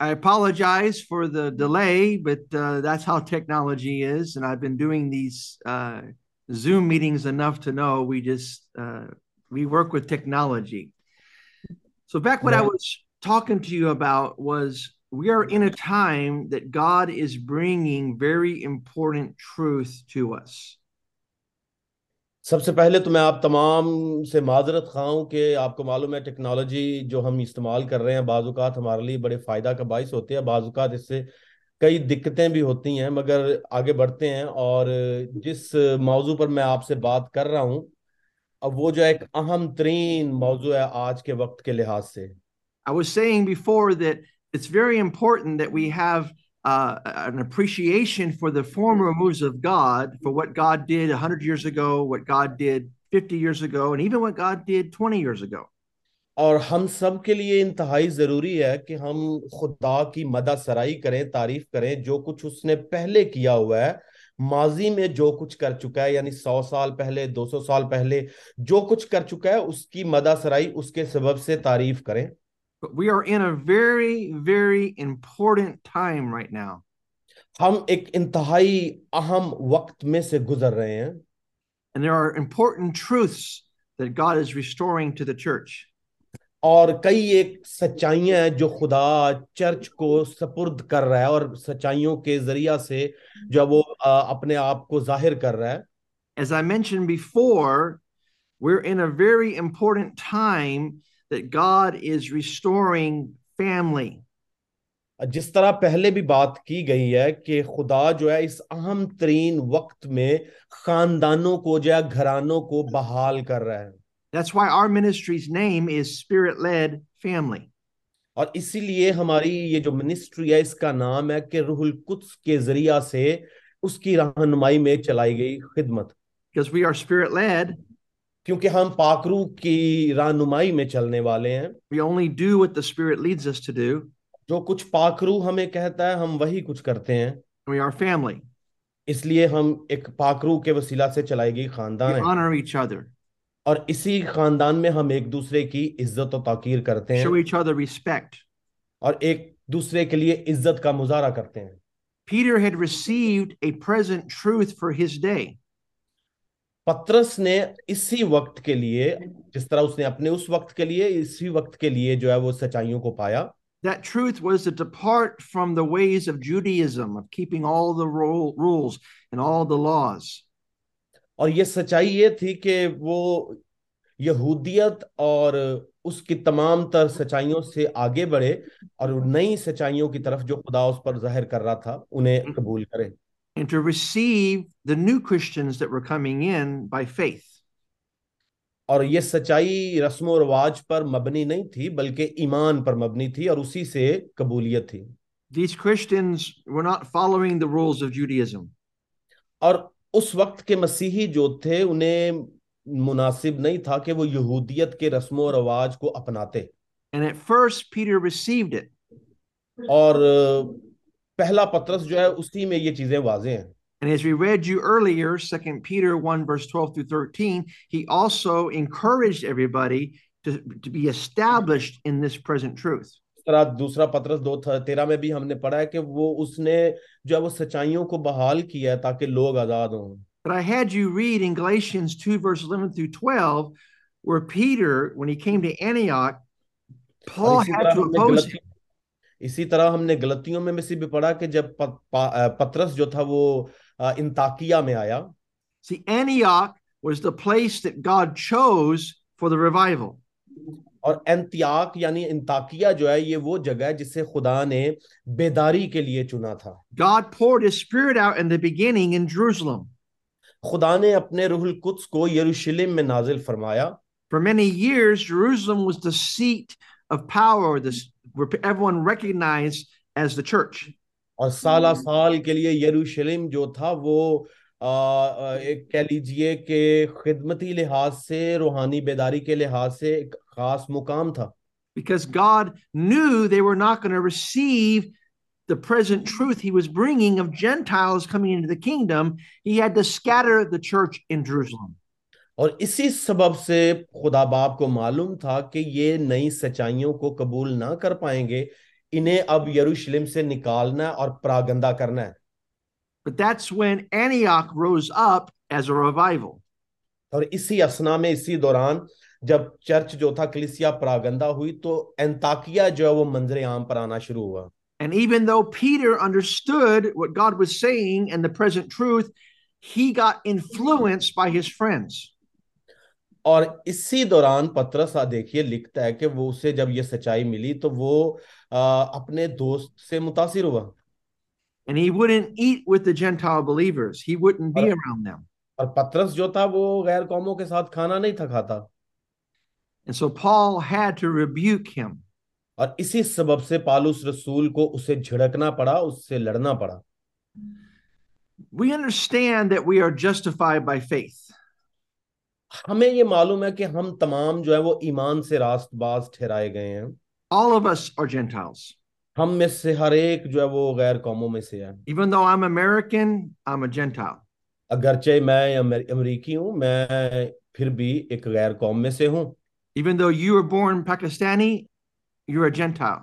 I apologize for the delay, but uh, that's how technology is. And I've been doing these uh, Zoom meetings enough to know we just uh, we work with technology. So back what I Right. was talking to you about was we are in a time that God is bringing very important truth to us. سب سے پہلے تو میں آپ تمام سے معذرت خواہ ہوں کہ آپ کو معلوم ہے ٹیکنالوجی جو ہم استعمال کر رہے ہیں بعض اوقات ہمارے لیے بڑے فائدہ کا باعث ہوتی ہے بعض اوقات اس سے کئی دقتیں بھی ہوتی ہیں مگر آگے بڑھتے ہیں اور جس موضوع پر میں آپ سے بات کر رہا ہوں اب وہ جو ایک اہم ترین موضوع ہے آج کے وقت کے لحاظ سے I was saying before that it's very important that we have uh, an appreciation for the former moves of God, for what God did 100 years ago, what God did 50 years ago, and even what God did 20 years ago. اور ہم سب کے لیے انتہائی ضروری ہے کہ ہم خدا کی مدح سرائی کریں تعریف کریں جو کچھ اس نے پہلے کیا ہوا ہے ماضی میں جو کچھ کر چکا ہے یعنی سو سال پہلے دو سو سال پہلے جو کچھ کر چکا ہے اس کی مدح سرائی اس کے سبب سے تعریف کریں But we are in a very, very important time right now. ہم ایک انتہائی اہم وقت میں سے گزر رہے ہیں And there are important truths that God is restoring to the church. اور کئی ایک سچائیاں ہیں جو خدا چرچ کو سپرد کر رہا ہے اور سچائیوں کے ذریعہ سے جو ہے وہ آ، اپنے آپ کو ظاہر کر رہا ہے As I mentioned before, we're in a very important time that God is restoring family. جس طرح پہلے بھی بات کی گئی ہے کہ خدا جو ہے اس اہم ترین وقت میں خاندانوں کو جو ہے گھرانوں کو بحال کر رہا ہے That's why our ministry's name is Spirit Led Family. اور اسی لیے ہماری یہ جو منسٹری ہے اس کا نام ہے کہ روح القدس کے ذریعہ سے اس کی رہنمائی میں چلائی گئی خدمت Because we are spirit led, کیونکہ ہم پاکرو کی رہنمائی میں چلنے والے ہیں we only do what the Spirit leads us to do, جو کچھ پاکرو ہمیں کہتا ہے ہم وہی کچھ کرتے ہیں and we are family. اس لیے ہم ایک پاکرو کے وسیلہ سے چلائی گئی We خاندان ہے honor each other, اور اسی خاندان میں ہم ایک دوسرے کی عزت و تحقیر کرتے ہیں show each other respect. اور ایک دوسرے کے لیے عزت کا مظاہرہ کرتے ہیں Peter had received a present truth for his day. پترس نے اسی وقت کے لیے جس طرح اس نے اپنے اس وقت کے لیے اسی وقت کے لیے جو ہے وہ سچائیوں کو پایا That truth was to depart from the ways of Judaism, of keeping all the ro- rules and all the laws. اور یہ سچائی یہ تھی کہ وہ یہودیت اور اس کی تمام تر سچائیوں سے آگے بڑھے اور نئی سچائیوں کی طرف جو خدا اس پر ظاہر کر رہا تھا انہیں قبول کرے and to receive the new Christians that were coming in by faith. اور یہ سچائی رسم و رواج پر مبنی نہیں تھی بلکہ ایمان پر مبنی تھی اور اسی سے قبولیت تھی These Christians were not following the rules of Judaism. اور اس وقت کے مسیحی جو تھے انہیں مناسب نہیں تھا کہ وہ یہودیت کے رسم و رواج کو اپناتے And at first, Peter received it. اور پہلا پترس جو ہے اسی میں یہ چیزیں واضح ہیں And as we read you earlier, 2 Peter 1, verse 12 through 13, he also encouraged everybody to, to be established in this present truth. اس طرح دوسرا پترس دو تھ- تیرہ میں بھی ہم نے پڑھا ہے کہ وہ اس نے جو ہے وہ سچائیوں کو بحال کیا ہے تاکہ لوگ آزاد ہوں But I had you read in Galatians 2, verse 11 through 12, where Peter, when he came to Antioch, اور Paul اسی Oh, had طرح to ہم نے oppose him. غلطی- اسی طرح ہم نے غلطیوں میں میں سے بھی پڑھا کہ جب پ- پا- آ، پترس جو تھا وہ آ، انطاکیہ میں آیا See, Antioch was the place that God chose for the revival. اور انتیاک یعنی انتاکیہ جو ہے یہ وہ جگہ ہے جسے خدا نے بیداری کے لیے چنا تھا God poured his spirit out in the beginning in Jerusalem. خدا نے اپنے روح القدس کو یروشلم میں نازل فرمایا For many years, Jerusalem was the seat of power, this where everyone recognized as the church. اور سالہ Hmm. سال کے لیے یروشلم جو تھا وہ آ، آ، ایک کہہ لیجئے کہ خدمتی لحاظ سے روحانی بیداری کے لحاظ سے ایک خاص مقام تھا Because God knew they were not going to receive the present truth he was bringing of Gentiles coming into the kingdom. He had to scatter the church in Jerusalem. اور اسی سبب سے خدا باپ کو معلوم تھا کہ یہ نئی سچائیوں کو قبول نہ کر پائیں گے انہیں اب یروشلم سے نکالنا ہے اور پراگندہ کرنا ہے But that's when Antioch rose up as a revival. اور اسی اسنا میں اسی دوران جب چرچ جو تھا کلیسیا پراگندہ ہوئی تو انتاکیا جو ہے وہ منظر عام پر آنا شروع ہوا And even though Peter understood what God was saying and the present truth, he got influenced by his friends. اور اسی دوران پترس آ دیکھیے لکھتا ہے کہ وہ اسے جب یہ سچائی ملی تو وہ آ، اپنے دوست سے متاثر ہوا And he wouldn't eat with the Gentile believers, he wouldn't be around them. اور پترس جو تھا وہ غیر قوموں کے ساتھ کھانا نہیں تھا کھاتا And so Paul had to rebuke him. اور اسی سبب سے پالوس رسول کو اسے جھڑکنا پڑا اس سے لڑنا پڑا We understand that we are justified by faith. ہمیں یہ معلوم ہے کہ ہم تمام جو ہے وہ ایمان سے راست باز ٹھہرائے گئے ہیں All of us are Gentiles. ہم میں سے ہر ایک جو ہے وہ غیر قوموں میں سے ہے Even though I'm American, I'm a Gentile. اگرچہ میں امر- امریکی ہوں میں پھر بھی ایک غیر قوم میں سے ہوں Even though you were born Pakistani, you're a Gentile.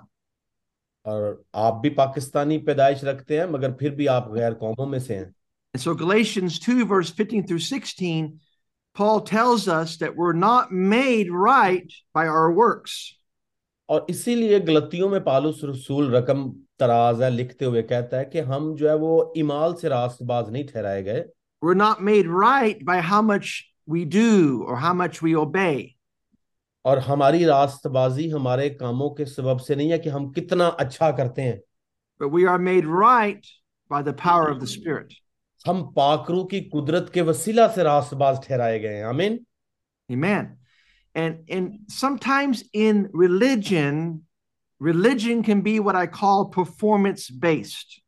اور آپ بھی پاکستانی پیدائش رکھتے ہیں مگر پھر بھی آپ غیر قوموں میں سے ہیں And so Galatians 2, verse 15 through 16, Paul tells us that we're not made right by our works. اور اسی لیے غلطیوں میں پالوس رسول رقم تراز ہے لکھتے ہوئے کہتا ہے کہ ہم جو ہے وہ ایمال سے راست باز نہیں ٹھہرائے گئے We're not made right by how much we do or how much we obey. اور ہماری راست بازی ہمارے کاموں کے سبب سے نہیں ہے کہ ہم کتنا اچھا کرتے ہیں but we are made right by the power of the Spirit. ہم پاکرو کی قدرت کے وسیلہ سے راست باز ٹھہرائے گئے ہیں آمین Amen. And and sometimes in religion, religion can be what I call performance based.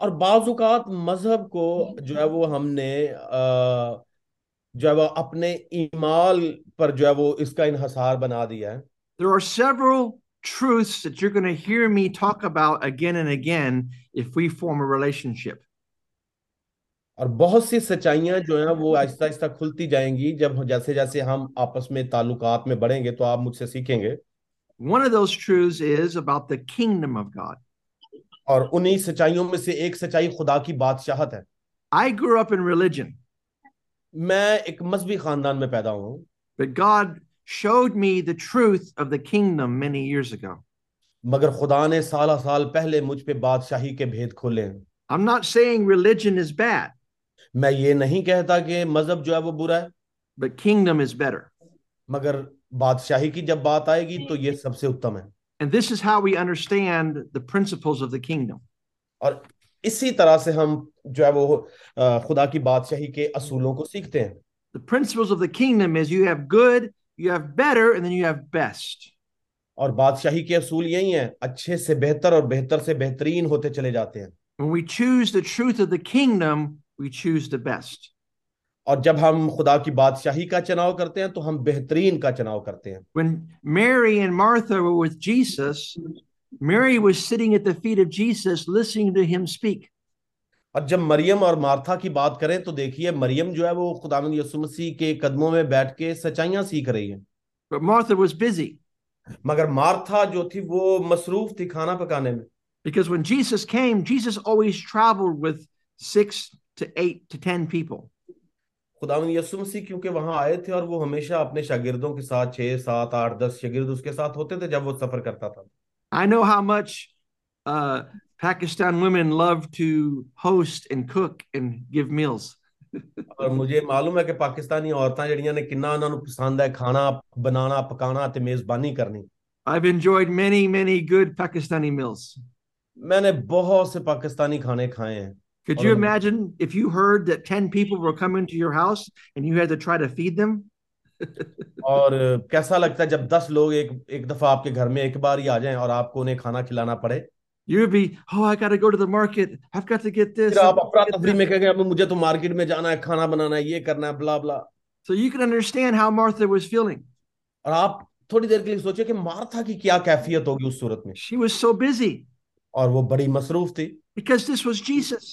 اور بعض اوقات مذہب کو جو ہے وہ ہم نے آ، جو ہے وہ اپنے ایمال پر جو ہے وہ اس کا انحصار بنا دیا ہے There are several truths that you're going to hear me talk about again and again if we form a relationship. اور بہت سی سچائیاں جو ہیں وہ آہستہ آہستہ کھلتی جائیں گی جب جیسے جیسے ہم آپس میں تعلقات میں بڑھیں گے تو آپ مجھ سے سیکھیں گے One of those truths is about the kingdom of God. اور انہی سچائیوں میں سے ایک سچائی خدا کی بادشاہت ہے I grew up in religion, میں ایک مذہبی خاندان میں پیدا ہوا ہوں but God showed me the truth of the kingdom many years ago. مگر خدا نے سالہ سال پہلے مجھ پہ بادشاہی کے بھید کھولے ہیں I'm not saying religion is bad. میں یہ نہیں کہتا کہ مذہب جو ہے وہ برا ہے but kingdom is better. مگر بادشاہی کی جب بات آئے گی تو یہ سب سے اتم ہے And this is how we understand the principles of the kingdom. اور اسی طرح سے ہم جو ہے وہ آ، خدا کی بادشاہی کے اصولوں کو سیکھتے ہیں The principles of the kingdom is you have good, you have better, and then you have best. اور بادشاہی کے اصول یہی ہیں اچھے سے بہتر اور بہتر سے بہترین ہوتے چلے جاتے ہیں When we choose the truth of the kingdom, we choose the best. اور جب ہم خدا کی بادشاہی کا چناؤ کرتے ہیں تو ہم بہترین کا چناؤ کرتے ہیں When Mary and Martha were with Jesus, Mary was sitting at the feet of Jesus listening to him speak. اور جب مریم اور مارتھا کی بات کریں تو دیکھیے مریم جو ہے وہ خدا یسوع مسیح کے قدموں میں بیٹھ کے سچائیاں سیکھ رہی ہے But Martha was busy مگر مارتھا جو تھی وہ مصروف تھی کھانا پکانے میں because when Jesus came, Jesus always traveled with six to eight to 10 people. خدا یسوع مسیح کیونکہ وہاں آئے تھے اور وہ ہمیشہ اپنے شاگردوں کے ساتھ چھ سات آٹھ دس شاگرد اس کے ساتھ ہوتے تھے جب وہ سفر کرتا تھا I know how much uh, Pakistan women love to host and cook and give meals. اور مجھے معلوم ہے کہ پاکستانی عورتاں جڑیاں نے کنہ انہوں نے پسند ہے کھانا بنانا پکانا تے میزبانی کرنی I've enjoyed many, many good Pakistani meals. میں نے بہت سے پاکستانی کھانے کھائے ہیں Could Oh, you yeah. imagine if you heard that 10 people were coming to your house and you had to try to feed them? اور کیسا لگتا ہے جب دس لوگ ایک ایک دفعہ آپ کے گھر میں ایک بار ہی آ جائیں اور آپ کو انہیں کھانا کھلانا پڑے You'd be, oh, I got to go to the market. I've got to get this. پھر I've آپ got Afra to get تفری that." میں کہیں گے اب مجھے تو مارکیٹ میں جانا ہے کھانا بنانا ہے یہ کرنا ہے بلا بلا So you can understand how Martha was feeling. اور آپ تھوڑی دیر کے لیے سوچیں کہ مارتھا کی کیا کیفیت ہوگی اس صورت میں She was so busy اور وہ بڑی مصروف تھی because this was Jesus.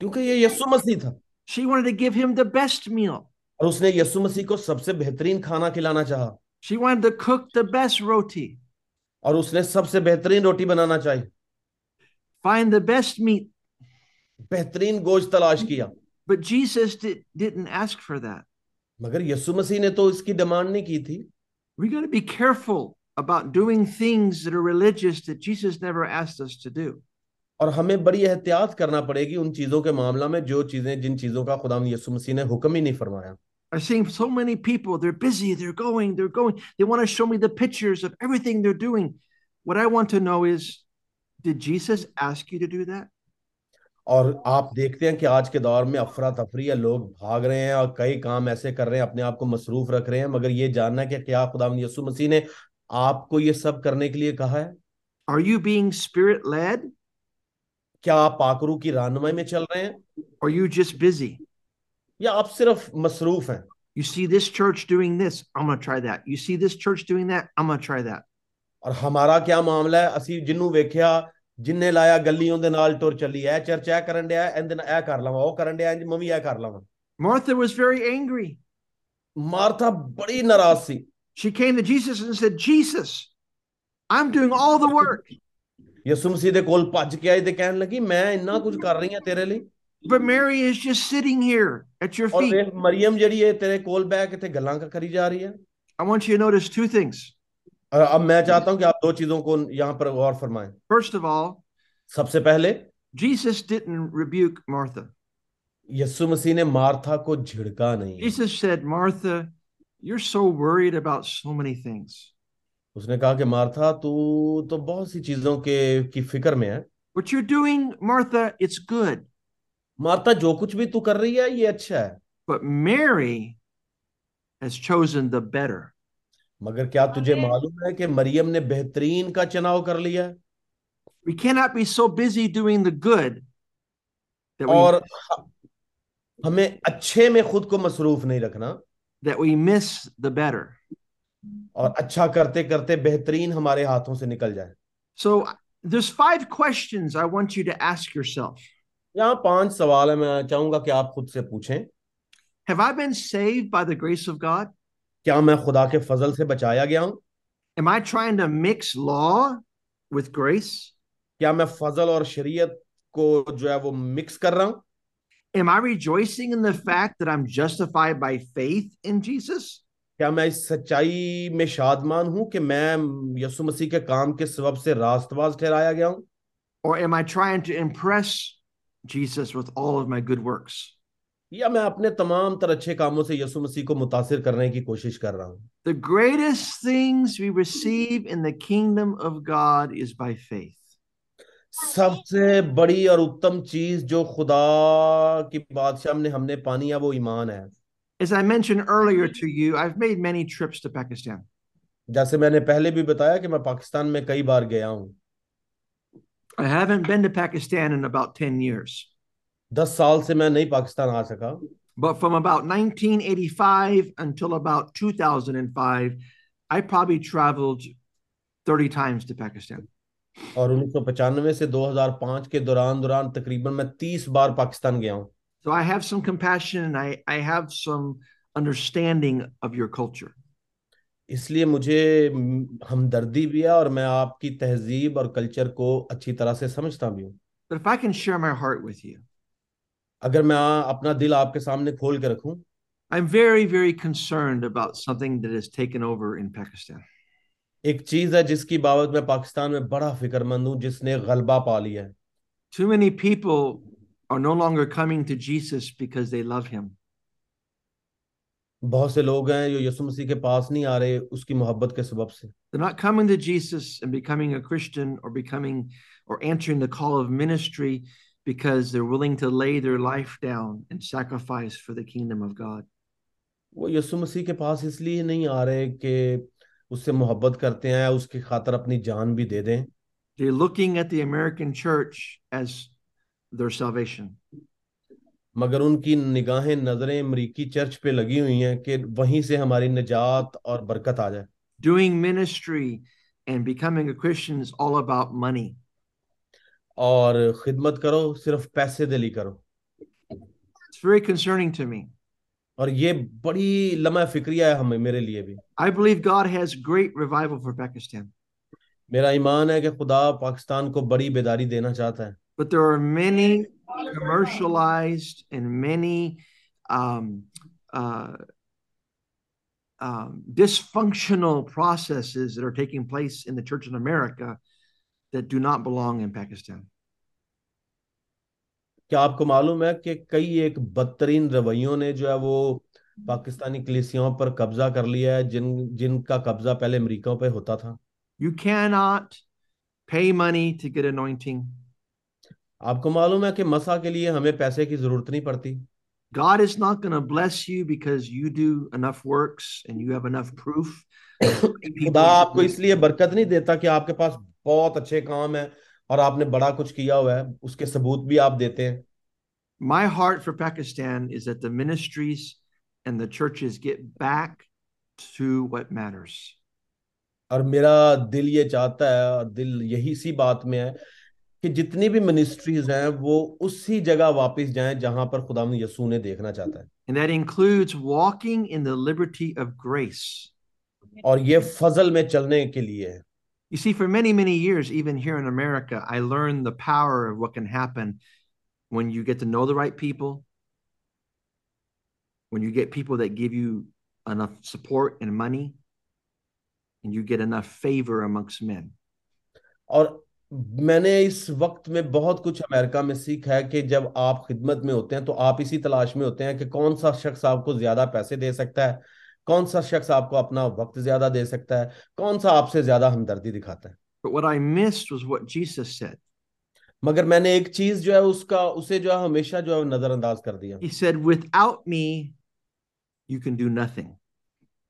کیونکہ یہ یسوع مسیح تھا She wanted to give him the best meal. اور اس نے یسوع مسیح کو سب سے بہترین کھانا کھلانا چاہا She wanted to cook the best roti. اور اس نے سب سے بہترین روٹی بنانا چاہی find the best meat. بہترین گوشت تلاش کیا But Jesus did, didn't ask for that. مگر یسو مسیح نے تو اس کی ڈیمانڈ نہیں کی تھی We got to be careful about doing things that are religious that Jesus never asked us to do. اور ہمیں بڑی احتیاط کرنا پڑے گی ان چیزوں کے معاملہ میں جو چیزیں جن چیزوں کا خدا یسو مسیح نے حکم ہی نہیں فرمایا I've seen so many people, they're busy, they're going, they're going. They want to show me the pictures of everything they're doing. What I want to know is, did Jesus ask you to do that? اور آپ دیکھتے ہیں کہ آج کے دور میں افراتفری ہے لوگ بھاگ رہے ہیں اور کئی کام ایسے کر رہے ہیں اپنے آپ کو مصروف رکھ رہے ہیں مگر یہ جاننا کہ کیا خدا یسو مسیح نے آپ کو یہ سب کرنے کے لیے کہا ہے Are you being spirit led? کیا آپ پاکرو کی رہنمائی میں چل رہے ہیں Or are you just busy? یا آپ صرف مصروف ہیں You see this church doing this, I'm going to try that. You see this church doing that, I'm going to try that. ਔਰ ਹਮਾਰਾ ਕੀ ਮਾਮਲਾ ਹੈ ਅਸੀਂ ਜਿਹਨੂੰ ਵੇਖਿਆ ਜਿੰਨੇ ਲਾਇਆ ਗੱਲੀਆਂ ਦੇ ਨਾਲ ਤੁਰ ਚੱਲੀ ਐ ਚਰਚ ਇਹ ਕਰਨ ਡਿਆ ਇਹਦੇ ਨਾਲ ਇਹ ਕਰ ਲਵਾਂ ਉਹ ਕਰਨ ਡਿਆ ਇੰਜ ਮੈਂ ਵੀ ਇਹ ਕਰ ਲਵਾਂ Martha was very angry. Martha ਬੜੀ ਨਾਰਾਜ਼ ਸੀ She came to Jesus and said, Jesus, I'm doing all the work, ਯਿਸੂ ਮਸੀਹ ਦੇ ਕੋਲ ਭੱਜ ਕੇ ਆਈ ਤੇ ਕਹਿਣ ਲੱਗੀ ਮੈਂ ਇੰਨਾ ਕੁਝ ਕਰ ਰਹੀ ਹਾਂ ਤੇਰੇ ਲਈ but Mary is just sitting here at your ਔਰ feet. ਵੇਖ ਮਰੀਮ ਜਿਹੜੀ ਹੈ ਤੇਰੇ ਕੋਲ ਬਹਿ ਕੇ ਤੇ ਗੱਲਾਂ ਕ- ਕਰੀ ਜਾ ਰਹੀ ਹੈ I want you to notice two things. ਔਰ اب میں چاہتا ہوں کہ آپ دو چیزوں کو یہاں پر غور فرمائیں First of all, سب سے پہلے Jesus didn't rebuke Martha. یسوع مسیح نے مارتھا کو جھڑکا نہیں Jesus said, Martha, you're so worried about so many things, اس نے کہا کہ مارتھا تو تو بہت سی چیزوں کے کی فکر میں ہے What you're doing, Martha, it's good. مارتا جو کچھ بھی تو کر رہی ہے یہ اچھا ہے But Mary has chosen the better. مگر کیا تجھے معلوم ہے کہ مریم نے بہترین کا چناؤ کر لیا ہے We cannot be so busy doing the good that we, اور ہ- ہمیں اچھے میں خود کو مصروف نہیں رکھنا that we miss the better. اور اچھا کرتے کرتے بہترین ہمارے ہاتھوں سے نکل جائے So there's five questions I want you to ask yourself. یہاں پانچ سوال ہیں میں چاہوں گا کہ آپ خود سے پوچھیں Have I been saved by the grace of God? کیا میں خدا کے فضل سے بچایا گیا ہوں Am I trying to mix law with grace? کیا میں فضل اور شریعت کو جو ہے وہ مکس کر رہا ہوں Am I rejoicing in the fact that I'm justified by faith in Jesus? کیا میں اس سچائی میں شادمان ہوں کہ میں یسو مسیح کے کام کے سبب سے راست باز ٹھہرایا گیا ہوں Or am I trying to impress Jesus with all of my good works? یا میں اپنے تمام تر اچھے کاموں سے یسو مسیح کو متاثر کرنے کی کوشش کر رہا ہوں The greatest things we receive in the kingdom of God is by faith. سب سے بڑی اور اتم چیز جو خدا کی بادشاہ نے ہم نے پانی ہے وہ ایمان ہے As I mentioned earlier to you, I've made many trips to Pakistan. جیسے میں نے پہلے بھی بتایا کہ میں پاکستان میں کئی بار گیا ہوں I haven't been to Pakistan in about 10 years. دس سال سے میں نہیں پاکستان آ سکا But from about 1985 until about 2005, I probably traveled 30 times to Pakistan. اور انیس سو پچانوے سے دو ہزار پانچ کے دوران دوران تقریباً میں تیس بار پاکستان گیا ہوں So I have some compassion and I, I have some understanding of your culture. اس لیے مجھے م، ہمدردی بھی ہے اور میں آپ کی تہذیب اور کلچر کو اچھی طرح سے سمجھتا بھی ہوں But if I can share my heart with you, اگر میں آ- اپنا دل آپ کے سامنے کھول کے رکھوں I'm very, very concerned about something that has taken over in Pakistan. ایک چیز ہے جس کی بابت میں پاکستان میں بڑا فکر مند ہوں جس نے غلبہ پا لیا ہے Too many people are no longer coming to Jesus because they love him. بہت سے لوگ ہیں جو یسوع مسیح کے پاس نہیں آ رہے اس کی محبت کے سبب سے They're not coming to Jesus and becoming a Christian or becoming or answering the call of ministry because they're willing to lay their life down and sacrifice for the kingdom of God. وہ یسوع مسیح کے پاس اس لیے نہیں آ رہے کہ اس سے محبت کرتے ہیں اس کی خاطر اپنی جان بھی دے دیں They're looking at the American church as their salvation. مگر ان کی نگاہیں نظریں امریکی چرچ پہ لگی ہوئی ہیں کہ وہیں سے ہماری نجات اور برکت آ جائے Doing ministry and becoming a Christian is all about money. اور خدمت کرو صرف پیسے دلی کرو It's very concerning to me. اور یہ بڑی لمحہ فکریہ ہے ہمیں میرے لیے بھی I believe God has great revival for Pakistan. میرا ایمان ہے کہ خدا پاکستان کو بڑی بیداری دینا چاہتا ہے but there are many commercialized and many um, uh, um, dysfunctional processes that are taking place in the church in America that do not belong in Pakistan. کیا آپ کو معلوم ہے کہ کئی ایک بدترین رویوں نے جو ہے وہ پاکستانی کلیسیوں پر قبضہ کر لیا ہے جن جن کا قبضہ پہلے امریکہ پہ ہوتا تھا You cannot pay money to get anointing. آپ کو معلوم ہے کہ مسا کے لیے ہمیں پیسے کی ضرورت نہیں پڑتی God is not going to bless you because you do enough works and you have enough proof. People- خدا آپ کو اس لیے برکت نہیں دیتا کہ آپ کے پاس بہت اچھے کام ہیں اور آپ نے بڑا کچھ کیا ہوا ہے اس کے ثبوت بھی آپ دیتے ہیں My heart for Pakistan is that the ministries and the churches get back to what matters. اور میرا دل یہ چاہتا ہے اور دل یہی سی بات میں ہے کہ جتنی بھی منسٹریز ہیں وہ اسی جگہ واپس جائیں جہاں پر خدا یسوع نے دیکھنا چاہتا ہے And that includes walking in the liberty of grace. اور یہ فضل میں چلنے کے لیے ہے You see, for many, many years, even here in America, I learned the power of what can happen when you get to know the right people, when you get people that give you enough support and money, and you get enough favor amongst men. اور میں نے اس وقت میں بہت کچھ امریکہ میں سیکھا ہے کہ جب آپ خدمت میں ہوتے ہیں تو آپ اسی تلاش میں ہوتے ہیں کہ کون سا شخص آپ کو زیادہ پیسے دے سکتا ہے کون سا شخص آپ کو اپنا وقت زیادہ دے سکتا ہے کون سا آپ سے زیادہ ہمدردی دکھاتا ہے But what I missed was what Jesus said. مگر میں نے ایک چیز جو ہے اس کا اسے جو ہے ہمیشہ جو ہے نظر انداز کر دیا He said, Without me, you can do nothing.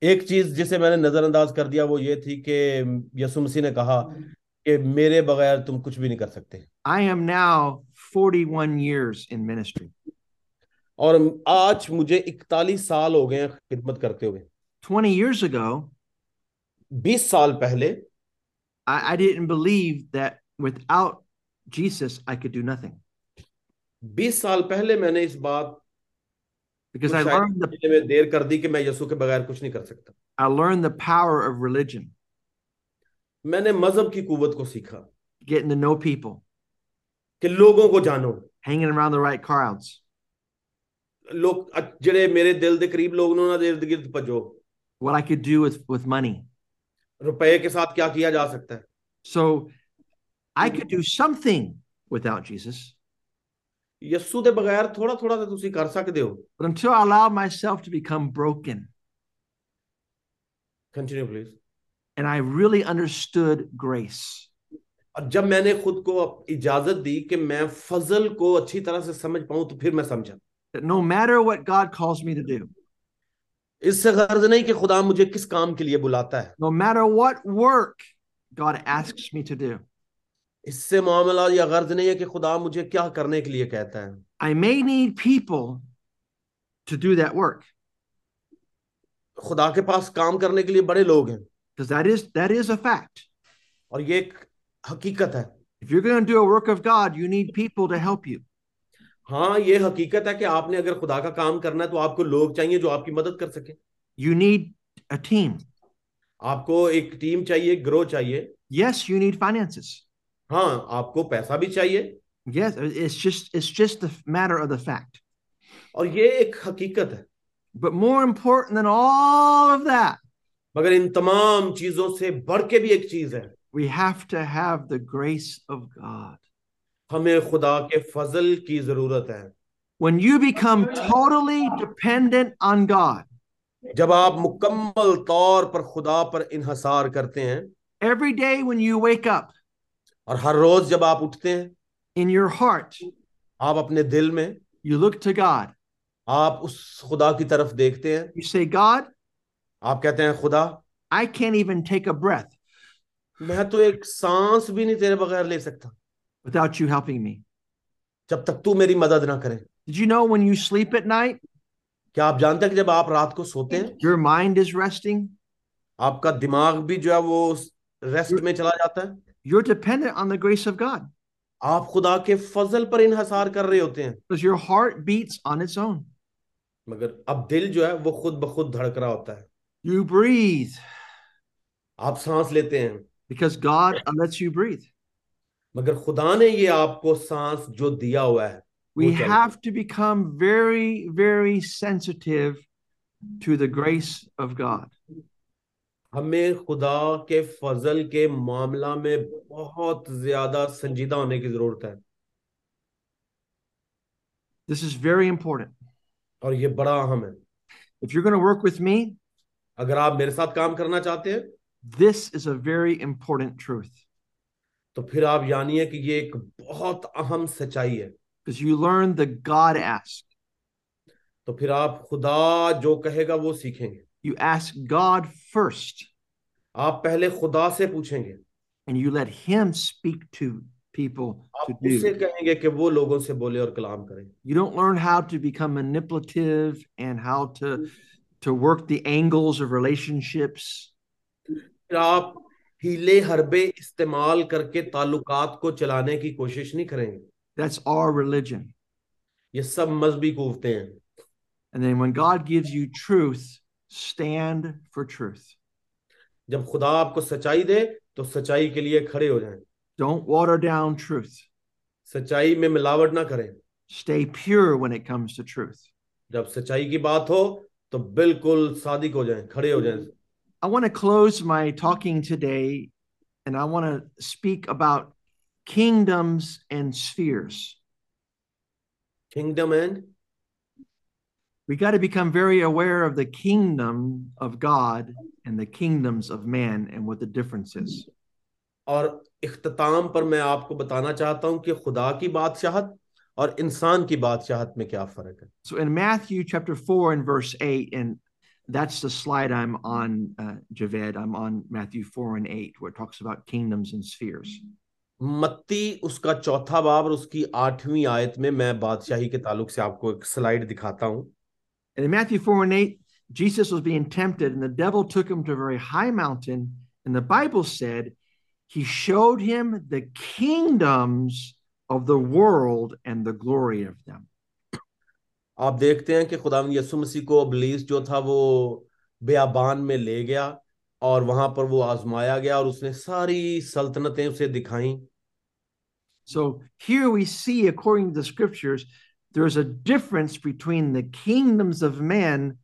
ایک چیز جسے میں نے نظر انداز کر دیا وہ یہ تھی کہ یسوع مسیح نے کہا کہ میرے بغیر تم کچھ بھی نہیں کر سکتے I am now 41 years in ministry. اور آج مجھے اکتالیس سال ہو گئے ہیں خدمت کرتے ہوئے 20 years ago, بیس سال پہلے I, I didn't believe that without Jesus, I could do nothing بیس سال پہلے میں نے اس بات because کو I شاید learned, the, سمجھنے میں دیر کر دی کہ میں یسوع کے بغیر کچھ نہیں کر سکتا I learned the power of religion, میں نے مذہب کی قوت کو سیکھا getting to know people, کہ لوگوں کو جانو hanging around the right crowds. لوگ جڑے میرے دل دے قریب لوگ نوں نہ دے ارد گرد بھجو what I could do with with money. روپے کے ساتھ کیا کیا جا سکتا ہے So I could do something without Jesus, یسوع دے بغیر تھوڑا تھوڑا تو تسی کر سکتے ہو but until I allow myself to become broken continue please and I really understood grace, اور جب میں نے خود کو اپ- اجازت دی کہ میں فضل کو اچھی طرح سے سمجھ پاؤں تو پھر میں سمجھا that no matter what God calls me to do, اس سے غرض نہیں کہ خدا مجھے کس کام کے لیے بلاتا ہے no matter what work God asks me to do, اس سے معاملہ یا غرض نہیں ہے کہ خدا مجھے کیا کرنے کے لیے کہتا ہے I may need people to do that work خدا کے پاس کام کرنے کے لیے بڑے لوگ ہیں because that is that is a fact. اور یہ ایک حقیقت ہے If you're going to do a work of God, you need people to help you. ہاں یہ حقیقت ہے کہ آپ نے اگر خدا کا کام کرنا ہے تو آپ کو لوگ چاہیے جو آپ کی مدد کر سکیں You need a team. آپ کو ایک ٹیم چاہیے ایک گروہ چاہیے Yes, you need finances. ہاں آپ کو پیسہ بھی چاہیے Yes, uh, it's just it's just the matter of the fact. اور یہ ایک حقیقت ہے But more important than all of that, مگر ان تمام چیزوں سے بڑھ کے بھی ایک چیز ہے we have to have the grace of God. ہمیں خدا کے فضل کی ضرورت ہے When you become totally dependent on God, جب آپ مکمل طور پر خدا پر انحصار کرتے ہیں every day when you wake up اور ہر روز جب آپ اٹھتے ہیں in your heart, آپ اپنے دل میں you look to God. آپ اس خدا کی طرف دیکھتے ہیں You say, God, آپ کہتے ہیں خدا I can't even take a breath میں تو ایک سانس بھی نہیں تیرے بغیر لے سکتا without you helping me. جب تک تو میری مدد نہ کرے Did you know when you sleep at night, کیا آپ جانتے ہیں کہ جب آپ رات کو سوتے ہیں your mind is resting? آپ کا دماغ بھی جو ہے وہ ریسٹ میں چلا جاتا ہے You're dependent on the grace of God آپ خدا کے فضل پر انحصار کر رہے ہوتے ہیں because your heart beats on its own. مگر اب دل جو ہے وہ خود بخود دھڑک رہا ہوتا ہے You breathe. آپ سانس لیتے ہیں because God lets you breathe. مگر خدا نے یہ آپ کو سانس جو دیا ہوا ہے We Okay. have to become very, very sensitive to the grace of God. ہمیں خدا کے فضل کے معاملہ میں بہت زیادہ سنجیدہ ہونے کی ضرورت ہے This is very important. اور یہ بڑا اہم ہے If you're going to work with me, اگر آپ میرے ساتھ کام کرنا چاہتے ہیں this is a very important truth تو پھر آپ جانیے کہ یہ ایک بہت اہم سچائی ہے because you learn the God ask. تو پھر آپ خدا جو کہے گا وہ سیکھیں گے You ask God first آپ پہلے خدا سے پوچھیں گے and you let Him speak to people آپ to اس سے do. کہیں گے کہ وہ لوگوں سے بولے اور کلام کریں You don't learn how to become manipulative and how to to work the angles of relationships. پھر آپ ہیلے حربے استعمال کر کے تعلقات کو چلانے کی کوشش نہیں کریں گے That's our religion. یہ سب مذہبی قوتیں ہیں And then when God gives you truth, stand for truth. جب خدا آپ کو سچائی دے تو سچائی کے لیے کھڑے ہو جائیں Don't water down truth. سچائی میں ملاوٹ نہ کریں Stay pure when it comes to truth. جب سچائی کی بات ہو تو بالکل صادق ہو جائیں کھڑے ہو جائیں I want to close my talking today and I want to speak about kingdoms and spheres. Kingdom and We got to become very aware of the kingdom of God and the kingdoms of man and what the difference is. اور اختتام پر میں آپ کو بتانا چاہتا ہوں کہ خدا کی بادشاہت اور انسان کی بادشاہت میں کیا فرق ہے So in Matthew chapter 4 and verse 8, and that's the slide I'm on, uh, Javed. I'm on Matthew 4 and 8, where it talks about kingdoms and spheres. متی اس کا چوتھا باب اور اس کی آٹھویں آیت میں میں بادشاہی کے تعلق سے آپ کو ایک سلائیڈ دکھاتا ہوں And in Matthew 4 and 8, Jesus was being tempted, and the devil took him to a very high mountain. And the Bible said he showed him the kingdoms of the world and the glory of them. آپ دیکھتے ہیں کہ خدا یسوع مسیح کو ابلیس جو تھا وہ بیابان میں لے گیا اور وہاں پر وہ آزمایا گیا اور اس نے ساری سلطنتیں اسے دکھائیں So here we see, according to the scriptures, there's a difference between the kingdoms of men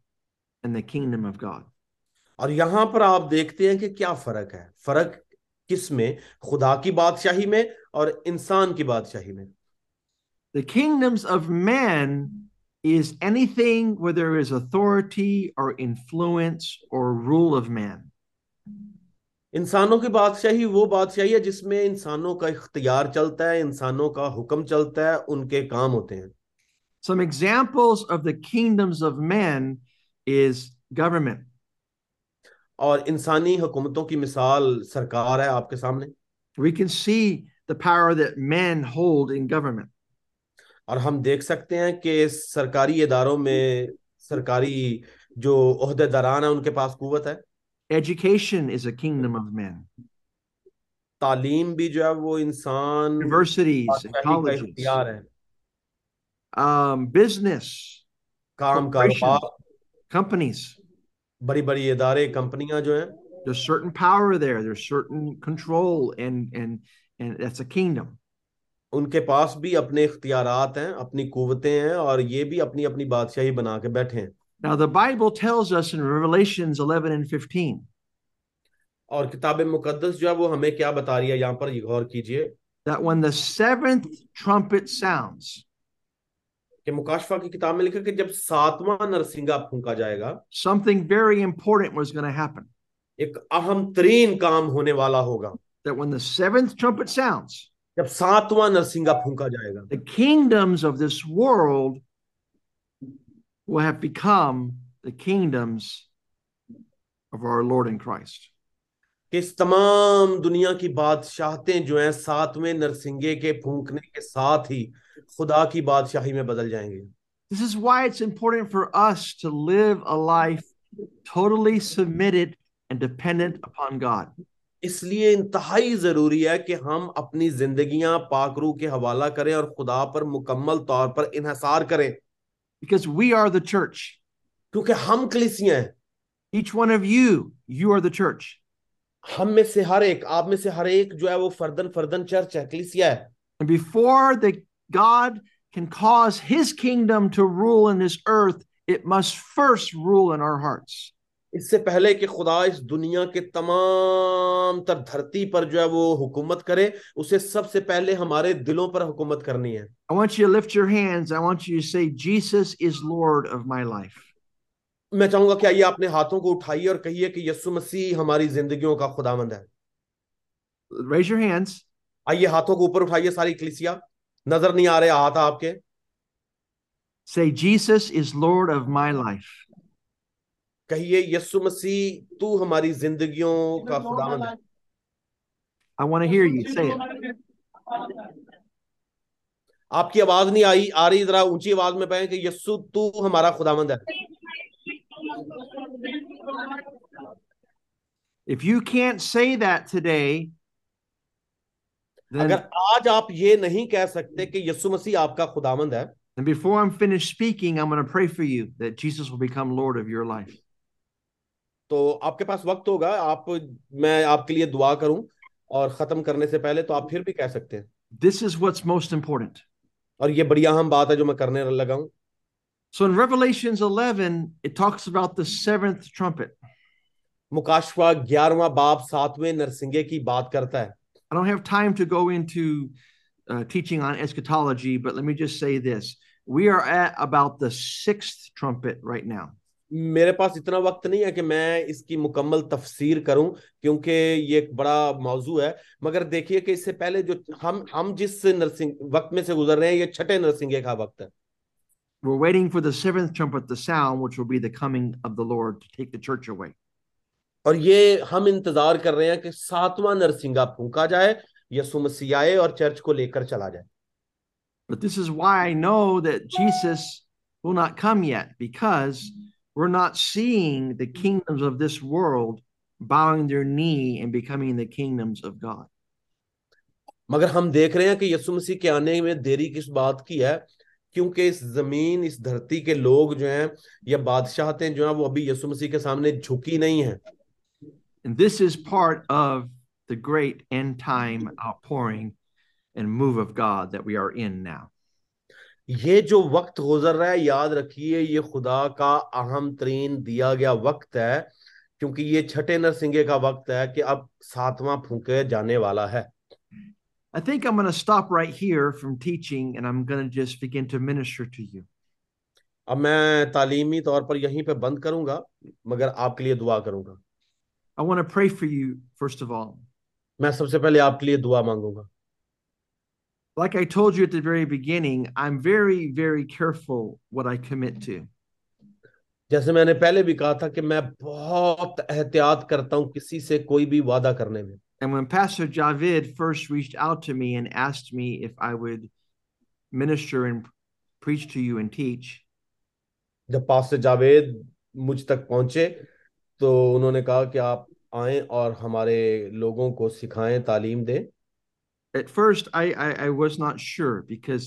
and the kingdom of God. اور یہاں پر آپ دیکھتے ہیں کہ کیا فرق ہے فرق کس میں خدا کی بادشاہی میں اور انسان کی بادشاہی میں The kingdoms of men is anything where there is authority or influence or rule of man. انسانوں کی بادشاہی وہ بادشاہی ہے جس میں انسانوں کا اختیار چلتا ہے انسانوں کا حکم چلتا ہے ان کے کام ہوتے ہیں Some examples of the kingdoms of men is government, اور انسانی حکومتوں کی مثال سرکار ہے آپ کے سامنے we can see the power that men hold in government. اور ہم دیکھ سکتے ہیں کہ سرکاری اداروں میں سرکاری جو عہدے داران ہیں ان کے پاس قوت ہے Education is a kingdom of men. تعلیم بھی جو ہے وہ انسان Universities and بادشاہی کا colleges, اختیار ہے um, business, کام Corporations. کاروبار companies. بڑی بڑی ادارے کمپنیاں جو ہیں There's certain power there. There's certain control, and and and that's a kingdom. ان کے پاس بھی اپنے اختیارات ہیں اپنی قوتیں ہیں اور یہ بھی اپنی اپنی بادشاہی بنا کے بیٹھے ہیں Now the Bible tells us in Revelations 11 and 15 اور کتاب مقدس جو ہے وہ ہمیں کیا بتا رہی ہے یہاں پر یہ غور کیجئے that when the seventh trumpet sounds, کہ مکاشفہ کی کتاب میں لکھا کہ جب ساتواں نرسنگا پھونکا جائے گا something very important was going to happen. ایک اہم ترین کام ہونے والا ہوگا That when the seventh trumpet sounds, جب ساتواں نرسنگا پھونکا جائے گا the kingdoms of this world will have become the kingdoms of our Lord and Christ. کہ اس تمام دنیا کی بادشاہتیں جو ہیں ساتویں نرسنگے کے پھونکنے کے ساتھ ہی خدا کی بادشاہی میں بدل جائیں گے This is why it's important for us to live a life totally submitted and dependent upon God. اس لیے انتہائی ضروری ہے کہ ہم اپنی زندگیاں پاکرو کے حوالہ کریں اور خدا پر مکمل طور پر انحصار کریں Because we are the church. کیونکہ ہم کلیسیاں ہیں Each one of you, you are the church. ہم میں سے ہر ایک آپ میں سے ہر ایک جو ہے وہ فردن فردن چرچ ہے کلیسیا ہے And before the God can cause his kingdom to rule in this earth, it must first rule in our hearts. اس سے پہلے کہ خدا اس دنیا کے تمام تر دھرتی پر جو ہے وہ حکومت کرے اسے سب سے پہلے ہمارے دلوں پر حکومت کرنی ہے I want you to lift your hands. I want you to say, Jesus is Lord of my life. میں چاہوں گا کہ آئیے اپنے ہاتھوں کو اٹھائیے اور کہیے کہ یسو مسیح ہماری زندگیوں کا خدا مند ہے Raise your hands. آئیے ہاتھوں کو اوپر اٹھائیے ساری کلیسیا نظر نہیں آ رہے ہاتھ آپ کے Say, Jesus is Lord of my life. کہیے یسو مسیح تو ہماری زندگیوں کا خدا مند ہے I want to hear you. Say it. آپ کی آواز نہیں آئی آ رہی ذرا اونچی آواز میں کہیں کہ یسو تو ہمارا خدا مند ہے If you can't say that today, then, اگر آج آپ یہ نہیں کہہ سکتے کہ یسو مسیح آپ کا خدا مند ہے then before I'm finished speaking, I'm going to pray for you that Jesus will become Lord of your life. تو آپ کے پاس وقت ہوگا آپ میں آپ کے لیے دعا کروں اور ختم کرنے سے پہلے تو آپ پھر بھی کہہ سکتے ہیں This is what's most important. اور یہ بڑی اہم بات ہے جو میں کرنے لگا ہوں So in Revelations 11, it talks about the seventh trumpet. مکاشوا گیارہواں باپ ساتویں نرسنگے کی بات کرتا ہے I don't have time to go into uh, teaching on eschatology, but let me just say this. We are at about the sixth trumpet right now. میرے پاس اتنا وقت نہیں ہے کہ میں اس کی مکمل تفسیر کروں کیونکہ یہ ایک بڑا موضوع ہے مگر دیکھیے کہ اس سے پہلے جو ہم ہم جس نرسنگ وقت میں سے گزر رہے ہیں یہ چھٹے نرسنگے کا وقت ہے We're waiting for the seventh trumpet to sound, which will be the coming of the Lord to take the church away. اور یہ ہم انتظار کر رہے ہیں کہ ساتواں نرسنگا پھونکا جائے یسو مسیح آئے اور چرچ کو لے کر چلا جائے But this is why I know that Jesus will not come yet, because we're not seeing the kingdoms of this world bowing their knee and becoming the kingdoms of God. مگر ہم دیکھ رہے ہیں کہ یسو مسیح کے آنے میں دیری کس بات کی ہے کیونکہ اس زمین اس دھرتی کے لوگ جو ہیں یا بادشاہتیں جو ہیں وہ ابھی یسو مسیح کے سامنے جھکی نہیں ہیں And this is part of the great end time outpouring and move of God that we are in now. یہ جو وقت گزر رہا ہے یاد رکھیے یہ خدا کا اہم ترین دیا گیا وقت ہے کیونکہ یہ چھٹے نرسنگے کا وقت ہے کہ اب ساتواں پھونکے جانے والا ہے I think I'm going to stop right here from teaching and I'm going to just begin to minister to you. اب میں تعلیمی طور پر یہیں پہ بند کروں گا مگر آپ کے لیے دعا کروں گا I want to pray for you, first of all. میں سب سے پہلے آپ کے لیے دعا مانگوں گا Like I told you at the very beginning, I'm very, very careful what I commit to. جیسے میں نے پہلے بھی کہا تھا کہ میں بہت احتیاط کرتا ہوں کسی سے کوئی بھی وعدہ کرنے میں And when Pastor Javed first reached out to me and asked me if I would minister and preach to you and teach, جب پاس سے جاوید مجھ تک پہنچے تو انہوں نے کہا کہ آپ آئیں اور ہمارے لوگوں کو سکھائیں تعلیم دیں at first I, I i was not sure because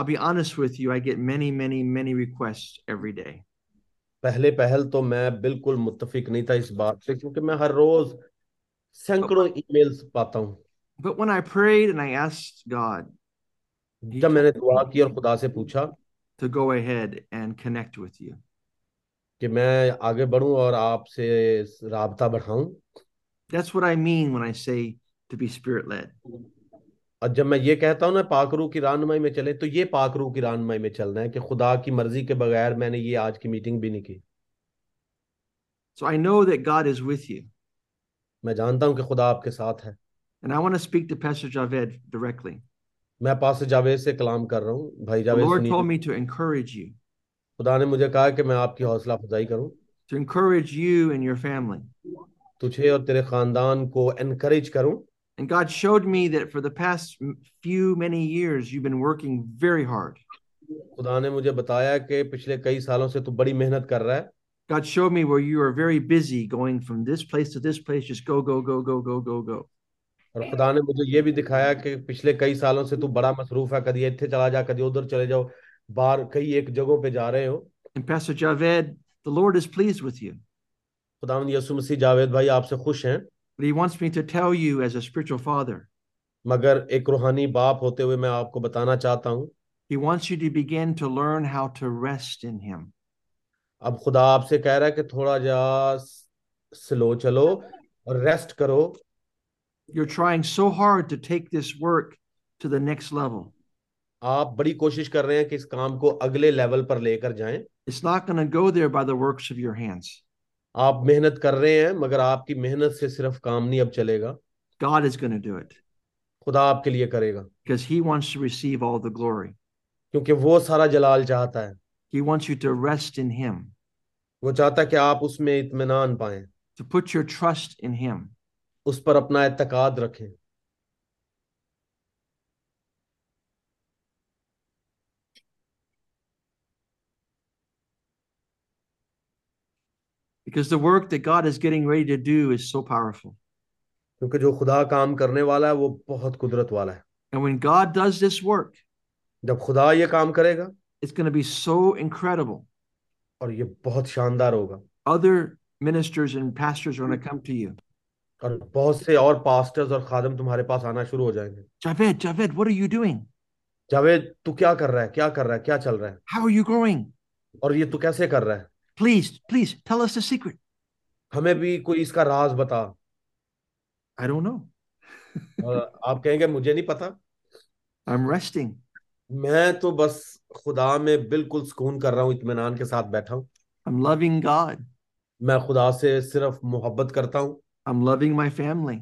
i'll be honest with you i get many many many requests every day پہلے پہل تو میں بالکل متفق نہیں تھا اس بات سے کیونکہ میں ہر روز سینکڑوں ای میلز پاتا ہوں but when i prayed and i asked god he جب میں نے told دعا me کی اور خدا سے پوچھا to go ahead and connect with you کہ میں آگے بڑھوں اور آپ سے رابطہ بڑھاؤں that's what i mean when i say to be spirit led اور جب میں یہ کہتا ہوں نا پاک روح کی رہنمائی میں چلیں تو یہ پاک روح کی رہنمائی میں چلنا ہے کہ خدا کی مرضی کے بغیر میں نے یہ آج کی میٹنگ بھی نہیں کی so i know that god is with you میں جانتا ہوں کہ خدا آپ کے ساتھ ہے and i want to speak to pastor javed directly میں پاس جاوید سے کلام کر رہا ہوں بھائی the جاوید lord سنیے told me to encourage you خدا نے مجھے کہا کہ میں آپ کی حوصلہ افزائی کروں to encourage you and your family تجھے اور تیرے خاندان کو انکریج کروں and god showed me that for the past m- few many years you've been working very hard خدا نے مجھے بتایا کہ پچھلے کئی سالوں سے تو بڑی محنت کر رہا ہے God showed me where you are very busy going from this place to this place, just go, go, go, go, go, go, go. اور خدا نے مجھے یہ بھی دکھایا کہ پچھلے کئی سالوں سے تو بڑا مصروف ہے کدی اتھے چلا جا کدی ادھر چلے جاؤ باہر کئی ایک جگہوں پہ جا رہے ہو And Pastor Javed, the Lord is pleased with you. خدا یسوع مسیح جاوید بھائی آپ سے خوش ہیں But he wants me to tell you as a spiritual father, مگر ایک روحانی باپ ہوتے ہوئے میں آپ کو بتانا چاہتا ہوں he wants you to begin to learn how to rest in him. اب خدا آپ سے کہہ رہا ہے کہ تھوڑا جا سلو چلو اور ریسٹ کرو You're trying so hard to take this work to the next level. آپ بڑی کوشش کر رہے ہیں کہ اس کام کو اگلے لیول پر لے کر جائیں It's not going to go there by the works of your hands. آپ محنت کر رہے ہیں مگر آپ کی محنت سے صرف کام نہیں اب چلے گا God is going to do it خدا آپ کے لیے کرے گا because he wants to receive all the glory. کیونکہ وہ سارا جلال چاہتا ہے He wants you to rest in him, وہ چاہتا ہے کہ آپ اس میں اطمینان پائیں to put your trust in him. اس پر اپنا اعتقاد رکھیں because the work that God is getting ready to do is so powerful. کیونکہ جو خدا کام کرنے والا ہے وہ بہت قدرت والا ہے And when God does this work, جب خدا یہ کام کرے گا it's going to be so incredible. اور یہ بہت شاندار ہوگا Other ministers and pastors are going to come to you. اور بہت سے اور پاسٹرز اور خادم تمہارے پاس آنا شروع ہو جائیں گے Javed, Javed, what are you doing? Javed تو کیا کر رہا ہے کیا کر رہا ہے کیا چل رہا ہے How are you growing? اور یہ تو کیسے کر رہا ہے Please, please tell us the secret. ہمیں بھی کوئی اس کا راز بتا I don't know. اور آپ کہیں گے مجھے نہیں پتا I'm resting. میں تو بس خدا میں بالکل سکون کر رہا ہوں اطمینان کے ساتھ بیٹھا ہوں I'm loving God. میں خدا سے صرف محبت کرتا ہوں I'm loving my family.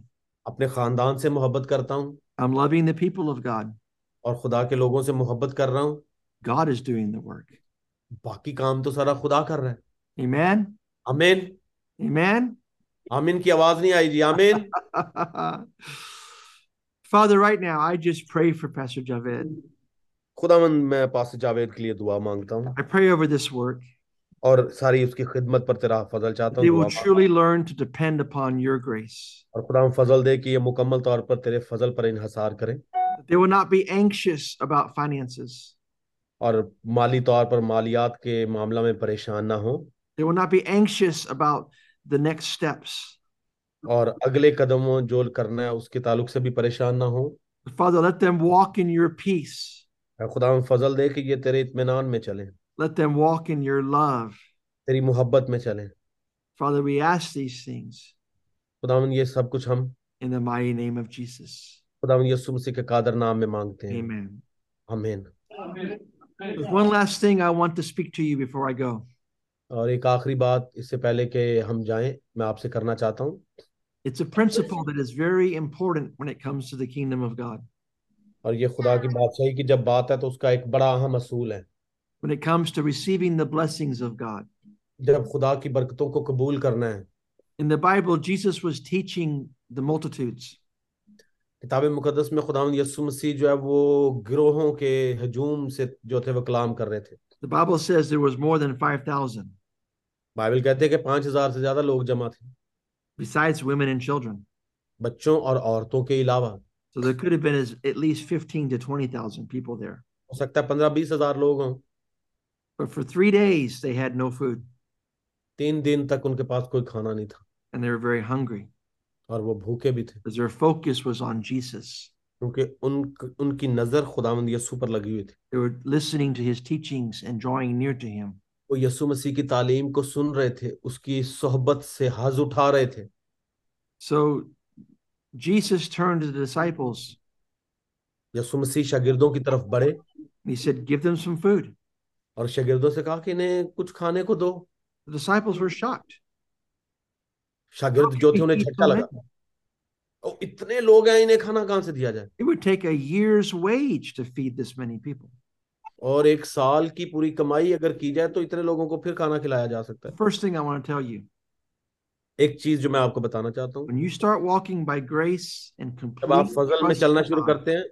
اپنے خاندان سے محبت کرتا ہوں I'm loving the people of God. اور خدا کے لوگوں سے محبت کر رہا ہوں God is doing the work. باقی کام تو سارا خدا کر رہا ہے Amen. آمین Amen. آمین کی آواز نہیں آئی جی آمین Father, right now, I just pray for Pastor Javed. خدا مند میں پاس جاوید کے لیے دعا مانگتا ہوں I pray over this work. اور ساری اس کی خدمت پر تیرا فضل چاہتا ہوں They دعا will مانگتا ہوں۔ truly learn to depend upon your grace. اور خدا ہم فضل دے کہ یہ مکمل طور پر تیرے فضل پر انحصار کریں They will not be anxious about finances. اور مالی طور پر مالیات کے معاملہ میں پریشان نہ ہوں They will not be anxious about the next steps. اور اگلے قدموں جو کرنا ہے اس کے تعلق سے بھی پریشان نہ ہوں Father, let them walk in your peace. اے خدا ہم فضل دے کہ یہ تیرے اطمینان میں چلیں Let them walk in your love. تیری محبت میں چلیں Father, we ask these things خدا یہ سب کچھ ہم in the mighty name of Jesus. خدا یسوع مسیح کے قادر نام میں مانگتے ہیں Amen. آمین There's one last thing I want to speak to you before I go. اور ایک آخری بات اس سے پہلے کہ ہم جائیں میں آپ سے کرنا چاہتا ہوں It's a principle that is very important when it comes to the kingdom of God. اور یہ خدا کی بادشاہی کی جب بات ہے تو اس کا ایک بڑا اہم اصول ہے When it comes to receiving the blessings of God. جب خدا کی برکتوں کو قبول کرنا ہے In the Bible, Jesus was teaching the multitudes. کتاب مقدس میں خداوند یسوع مسیح جو ہے وہ گروہوں کے ہجوم سے جو تھے وہ کلام کر رہے تھے The Bible says there was more than 5,000 Bible کہتے ہیں کہ پانچ ہزار سے زیادہ لوگ جمع تھے besides women and children. بچوں اور عورتوں کے علاوہ So there could have been as, at least 15 to 20,000 people there. ہو سکتا ہے پندرہ بیس ہزار لوگ ہوں But for three days, they had no food تین دن تک ان کے پاس کوئی کھانا نہیں تھا and they were very hungry اور وہ بھوکے بھی تھے because their focus was on Jesus. کیونکہ ان ان کی نظر خداوند یسوع پر لگی ہوئی تھی They were listening to his teachings and drawing near to him. وہ یسوع مسیح کی تعلیم کو سن رہے تھے اس کی صحبت سے حاض اٹھا رہے تھے So Jesus turned to the disciples یسوع مسیح شاگردوں کی طرف بڑھے and he said, Give them some food. اور شاگردوں سے کہا کہ انہیں کچھ کھانے کو دو The disciples were shocked. شاگرد جو تھے انہیں جھٹکا لگا او اتنے لوگ ہیں انہیں کھانا کہاں سے دیا جائے It would take a year's wage to feed this many people. اور ایک سال کی پوری کمائی اگر کی جائے تو اتنے لوگوں کو پھر کھانا کھلایا جا سکتا ہے The first thing I want to tell you ایک چیز جو میں آپ کو بتانا چاہتا ہوں when you start walking by grace and جب آپ complete فضل میں trust چلنا in شروع God, کرتے ہیں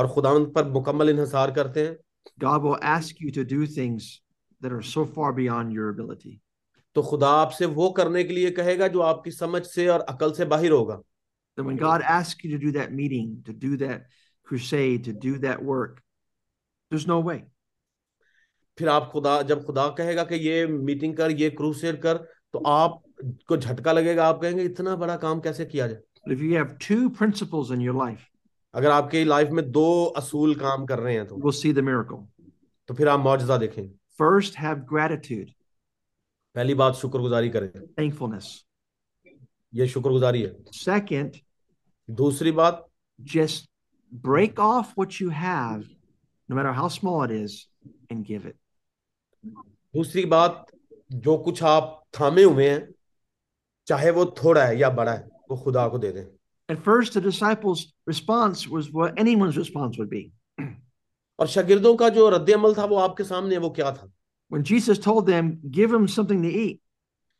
اور خداوند پر مکمل انحصار کرتے ہیں God will ask you to do things that are so far beyond your ability. تو خدا آپ سے وہ کرنے کے لیے کہے گا جو آپ کی سمجھ سے اور عقل سے باہر ہوگا That when God asks you to do that meeting, to do that crusade, to do that work, there's no way. پھر آپ خدا جب خدا کہے گا کہ یہ میٹنگ کر یہ کروسیڈ کر تو آپ کو جھٹکا لگے گا آپ کہیں گے اتنا بڑا کام کیسے کیا جائے But if you have two principles in your life, اگر آپ کی لائف میں دو اصول کام کر رہے ہیں تو you will see the miracle. تو پھر آپ معجزہ دیکھیں گے First, have gratitude, پہلی بات شکر گزاری کریں thankfulness. یہ شکر گزاری ہے Second, دوسری بات just break off what you have, no matter how small it is, and give it. دوسری بات جو کچھ آپ تھامے ہوئے ہیں چاہے وہ تھوڑا ہے یا بڑا ہے وہ خدا کو دے دیں At first, the disciples' response was what anyone's response would be. اور شاگردوں کا جو رد عمل تھا وہ آپ کے سامنے ہے، وہ کیا تھا When Jesus told them, Give them something to eat,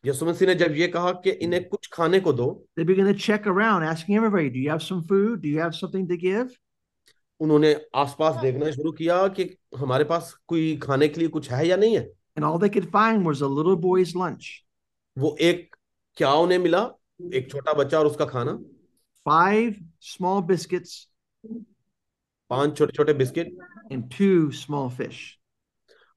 Yesu Masih نے جب یہ کہا کہ انہیں کچھ کھانے کو دو they began to check around, asking everybody, Do you have some food? Do you have something to give? انہوں نے آس پاس دیکھنا شروع کیا کہ ہمارے پاس کوئی کھانے کے لیے کچھ ہے یا نہیں ہے And all they could find was a little boy's lunch وہ ایک کیا انہیں ملا ایک چھوٹا بچہ اور اس کا کھانا five small biscuits پانچ چھوٹے چھوٹے biscuit and two small fish.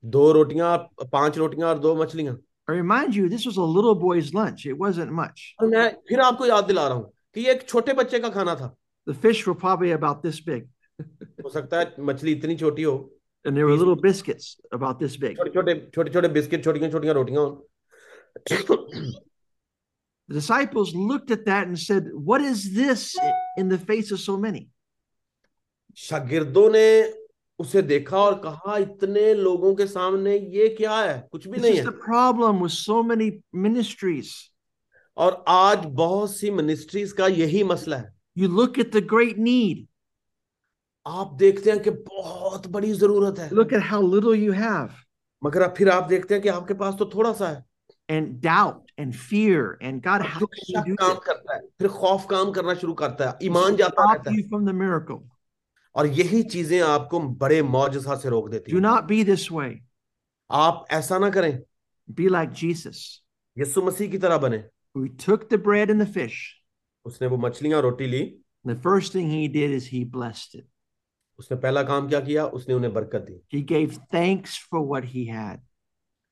دو روٹیاں پانچ روٹیاں اور دو مچھلیاں I remind you, this was a little boy's lunch. It wasn't much. اور میں پھر آپ کو یاد دلا رہا ہوں کہ یہ ایک چھوٹے بچے کا کھانا تھا The fish were probably about this big, ہو سکتا ہے مچھلی اتنی چھوٹی ہو and there were little biscuits about this big. چھوٹے چھوٹے چھوٹے چھوٹے بسکٹ چھوٹیاں چھوٹیاں روٹیاں ہوں The disciples looked at that and said, What is this in the face of so many? شاگردوں نے اسے دیکھا اور کہا اتنے لوگوں کے سامنے یہ کیا ہے کچھ بھی This نہیں is the ہے problem with so many ministries. اور آج بہت سی منسٹریز کا یہی مسئلہ ہے You look at the great need, آپ دیکھتے ہیں کہ بہت بڑی ضرورت ہے look at how little you have, مگر آپ پھر آپ دیکھتے ہیں کہ آپ کے پاس تو تھوڑا سا ہے and doubt and fear, and God, how پھر can you شک do کام this? کرتا ہے پھر خوف کام کرنا شروع کرتا ہے ایمان جاتا Stop رہتا ہے you from the miracle. اور یہی چیزیں آپ کو بڑے معجزہ سے روک دیتی Do ہیں not be this way. آپ ایسا نہ کریں Be like Jesus, Yesu Masih کی طرح بنے who took the bread and the fish. اس نے وہ مچھلیاں اور روٹی لی And the first thing he did is he blessed it. اس نے پہلا کام کیا کیا اس نے انہیں برکت دی He gave thanks for what he had.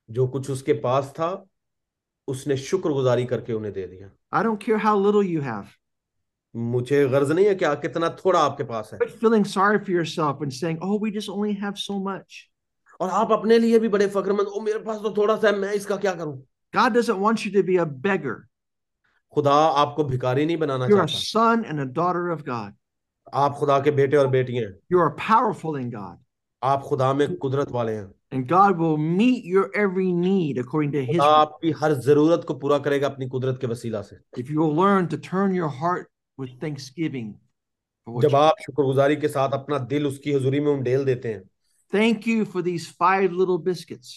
جو کچھ اس کے پاس تھا اس نے شکر گزاری کر کے انہیں دے دیا I don't care how little you have. مجھے غرض نہیں ہے کہ آ- کتنا تھوڑا آپ کے پاس ہے Quit feeling sorry for yourself and saying, oh, we just only have so much. اور آپ اپنے لیے بھی بڑے فخر مند او میرے پاس تو تھوڑا سا ہے میں اس کا کیا کروں God doesn't want you to be a beggar. خدا آپ کو بھکاری نہیں بنانا You're a چاہتا son and a daughter of God. آپ خدا کے بیٹے اور بیٹیاں ہیں You are powerful in God, آپ خدا میں قدرت والے ہیں and God will meet your every need according to His. خدا آپ کی ہر ضرورت کو پورا کرے گا اپنی قدرت کے وسیلہ سے If you will learn to turn your heart with thanksgiving for what جب you, آپ شکر گزاری کے ساتھ اپنا دل اس کی حضوری میں انڈیل دیتے ہیں thank you for these five little biscuits.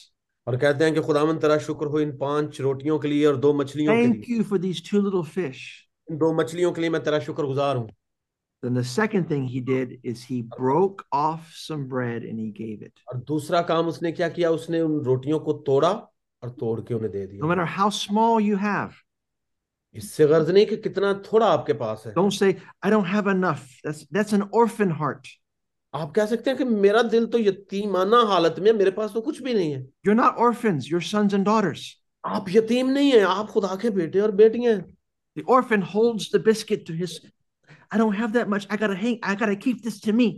اور کہتے ہیں کہ خدا من تیرا شکر ہو ان پانچ روٹیوں کے لیے اور دو مچھلیوں کے لیے Thank you for these two little fish. ان دو مچھلیوں کے لیے میں تیرا شکر گزار ہوں Then the second thing he did is he broke off some bread and he gave it. اور دوسرا کام اس نے کیا کیا اس نے ان روٹیوں کو توڑا اور توڑ کے انہیں دے No دیا matter how small you have, اس سے غرض نہیں کہ کتنا تھوڑا آپ کے پاس ہے don't say, I don't have enough. That's that's an orphan heart. آپ کہہ سکتے ہیں کہ میرا دل تو یتیمانہ حالت میں ہے، میرے پاس تو کچھ بھی نہیں ہے You're not orphans, you're sons and daughters. آپ یتیم نہیں ہیں آپ خدا کے بیٹے اور بیٹیاں ہیں The orphan holds the biscuit to his. I don't have that much. I gotta hang. I gotta keep this to me.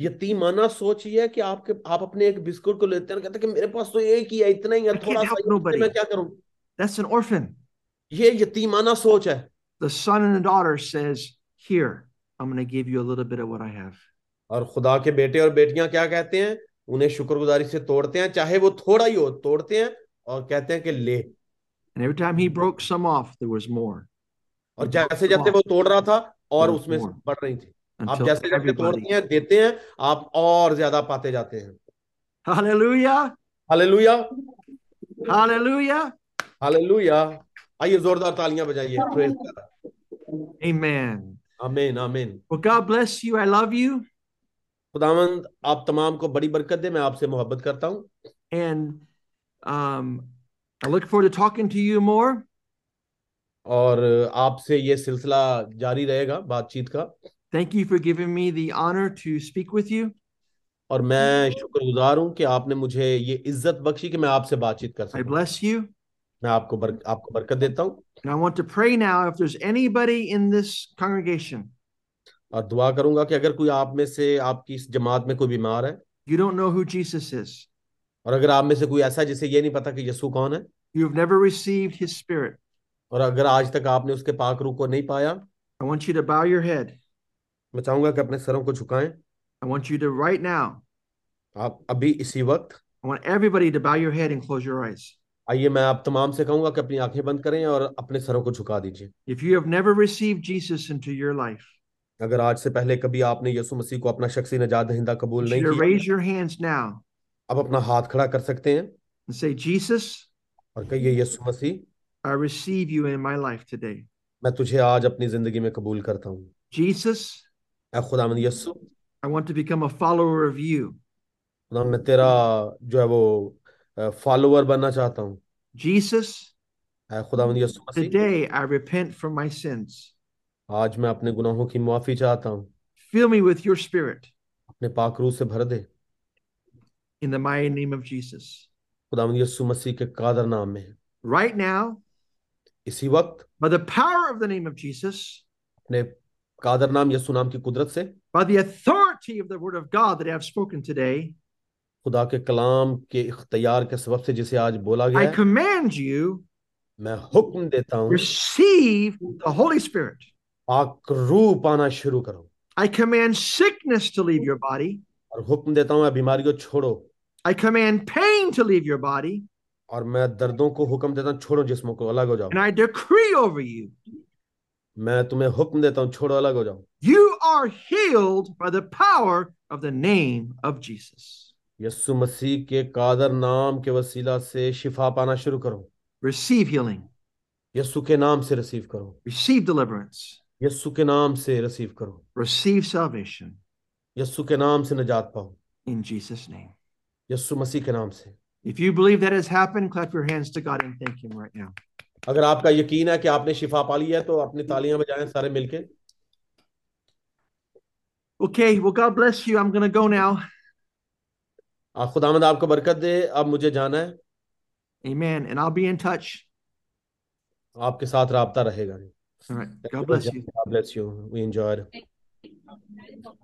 یتیمانہ سوچ یہ ہے کہ آپ کے آپ اپنے ایک بسکٹ کو لیتے ہیں اور کہتے ہیں کہ میرے پاس تو ایک ہی ہے اتنا ہی ہے I can't تھوڑا سا help ہی ہے، اس سے nobody. میں کیا کروں That's an orphan. یہ یتیمانہ سوچ ہے The son and the daughter says, "Here, I'm gonna give you a little bit of what I have." اور خدا کے بیٹے اور بیٹیاں کیا کہتے ہیں انہیں شکر گزاری سے توڑتے ہیں چاہے وہ تھوڑا ہی ہو توڑتے ہیں اور کہتے ہیں کہ لے And every time he broke some off, there was more اور جیسے جیسے وہ توڑ رہا تھا اور اس میں سے بڑھ رہی تھی آپ until جیسے جیسے everybody. توڑتے ہیں دیتے ہیں آپ اور زیادہ پاتے جاتے ہیں Hallelujah! Hallelujah Hallelujah! ہاللویا آئیے زوردار تالیاں بجائیے Praise God. Amen. آمین آمین Well, God bless you. I love you, خداوند آپ تمام کو بڑی برکت دے میں آپ سے محبت کرتا ہوں and um, I look forward to talking to you more. اور آپ سے یہ سلسلہ جاری رہے گا بات چیت کا Thank you for giving me the honor to speak with you. اور میں شکر گزار ہوں کہ آپ نے مجھے یہ عزت بخشی کہ میں آپ سے بات چیت کر I سکوں bless you. میں آپ کو برک- آپ کو برکت دیتا ہوں And I want to pray now if there's anybody in this congregation, اور دعا کروں گا کہ اگر کوئی آپ میں سے آپ کی اس جماعت میں کوئی بیمار ہے you don't know who Jesus is, اور اگر آپ میں سے کوئی ایسا ہے جسے یہ نہیں پتا کہ یسوع کون ہے you've never received his spirit, اور اگر آج تک آپ نے اس کے پاک روح کو نہیں پایا I want you to bow your head. میں چاہوں گا کہ اپنے سروں کو جھکائیں I want you to right now, آپ ابھی اسی وقت I want everybody to bow your head and close your eyes. آئیے میں آپ تمام سے کہوں گا کہ اپنی آنکھیں بند کریں اور اپنے سروں کو جھکا دیجیے If you have never received Jesus into your life, اگر آج سے پہلے کبھی آپ نے یسوع مسیح کو اپنا شخصی نجات دہندہ I قبول want نہیں you to کیا raise your hands now اب اپنا ہاتھ کھڑا کر سکتے ہیں and say, Jesus, اور کہیے یسوع مسیح I receive you in my life today. میں تجھے آج اپنی زندگی میں قبول کرتا ہوں Jesus, اے خدا مند یسو I want to become a follower of you. خدا میں تیرا جو ہے وہ فالوور بننا چاہتا ہوں Jesus, اے خدا مند Yesu Masih today I repent from my sins. آج میں اپنے گناہوں کی معافی چاہتا ہوں Fill me with your spirit اپنے پاک روح سے بھر دے in the mighty name of Jesus. خدا مند یسو مسیح کے قادر نام میں Right now, اسی وقت by the power of the name of Jesus, اپنے قادر نام یسو نام کی قدرت سے by the authority of the word of God that I have spoken today, خدا کے کلام کے اختیار کے سبب سے جسے آج بولا گیا I ہے command you میں حکم دیتا ہوں receive the Holy Spirit. پاک روح پانا شروع کرو I command sickness to leave your body. اور حکم دیتا ہوں میں بیماریوں چھوڑو I command pain to leave your body. اور میں دردوں کو حکم دیتا ہوں چھوڑو جسموں کو الگ ہو جاؤ And I decree over you, میں تمہیں حکم دیتا ہوں چھوڑو الگ ہو جاؤ you are healed by the power of the name of Jesus. Yesu Masih کے قادر نام کے وسیلہ سے شفا پانا شروع کرو Receive healing, یسو کے نام سے رسیو کرو receive deliverance, یسو کے نام سے رسیو کرو receive salvation یسو کے نام سے نجات پاؤ in Jesus' name. Yesu Masih کے نام سے If you believe that has happened, clap your hands to God and thank Him right now. اگر آپ کا یقین ہے کہ آپ نے شفا پا لی ہے تو اپنی تالیاں بجائیں سارے مل کے Okay, well, God bless you. I'm going to go now. آ، خدا مند آپ کو برکت دے اب مجھے جانا ہے Amen. And I'll be in touch. آپ کے ساتھ رابطہ رہے گا All right. God bless you. God bless you. We enjoyed. Thank you.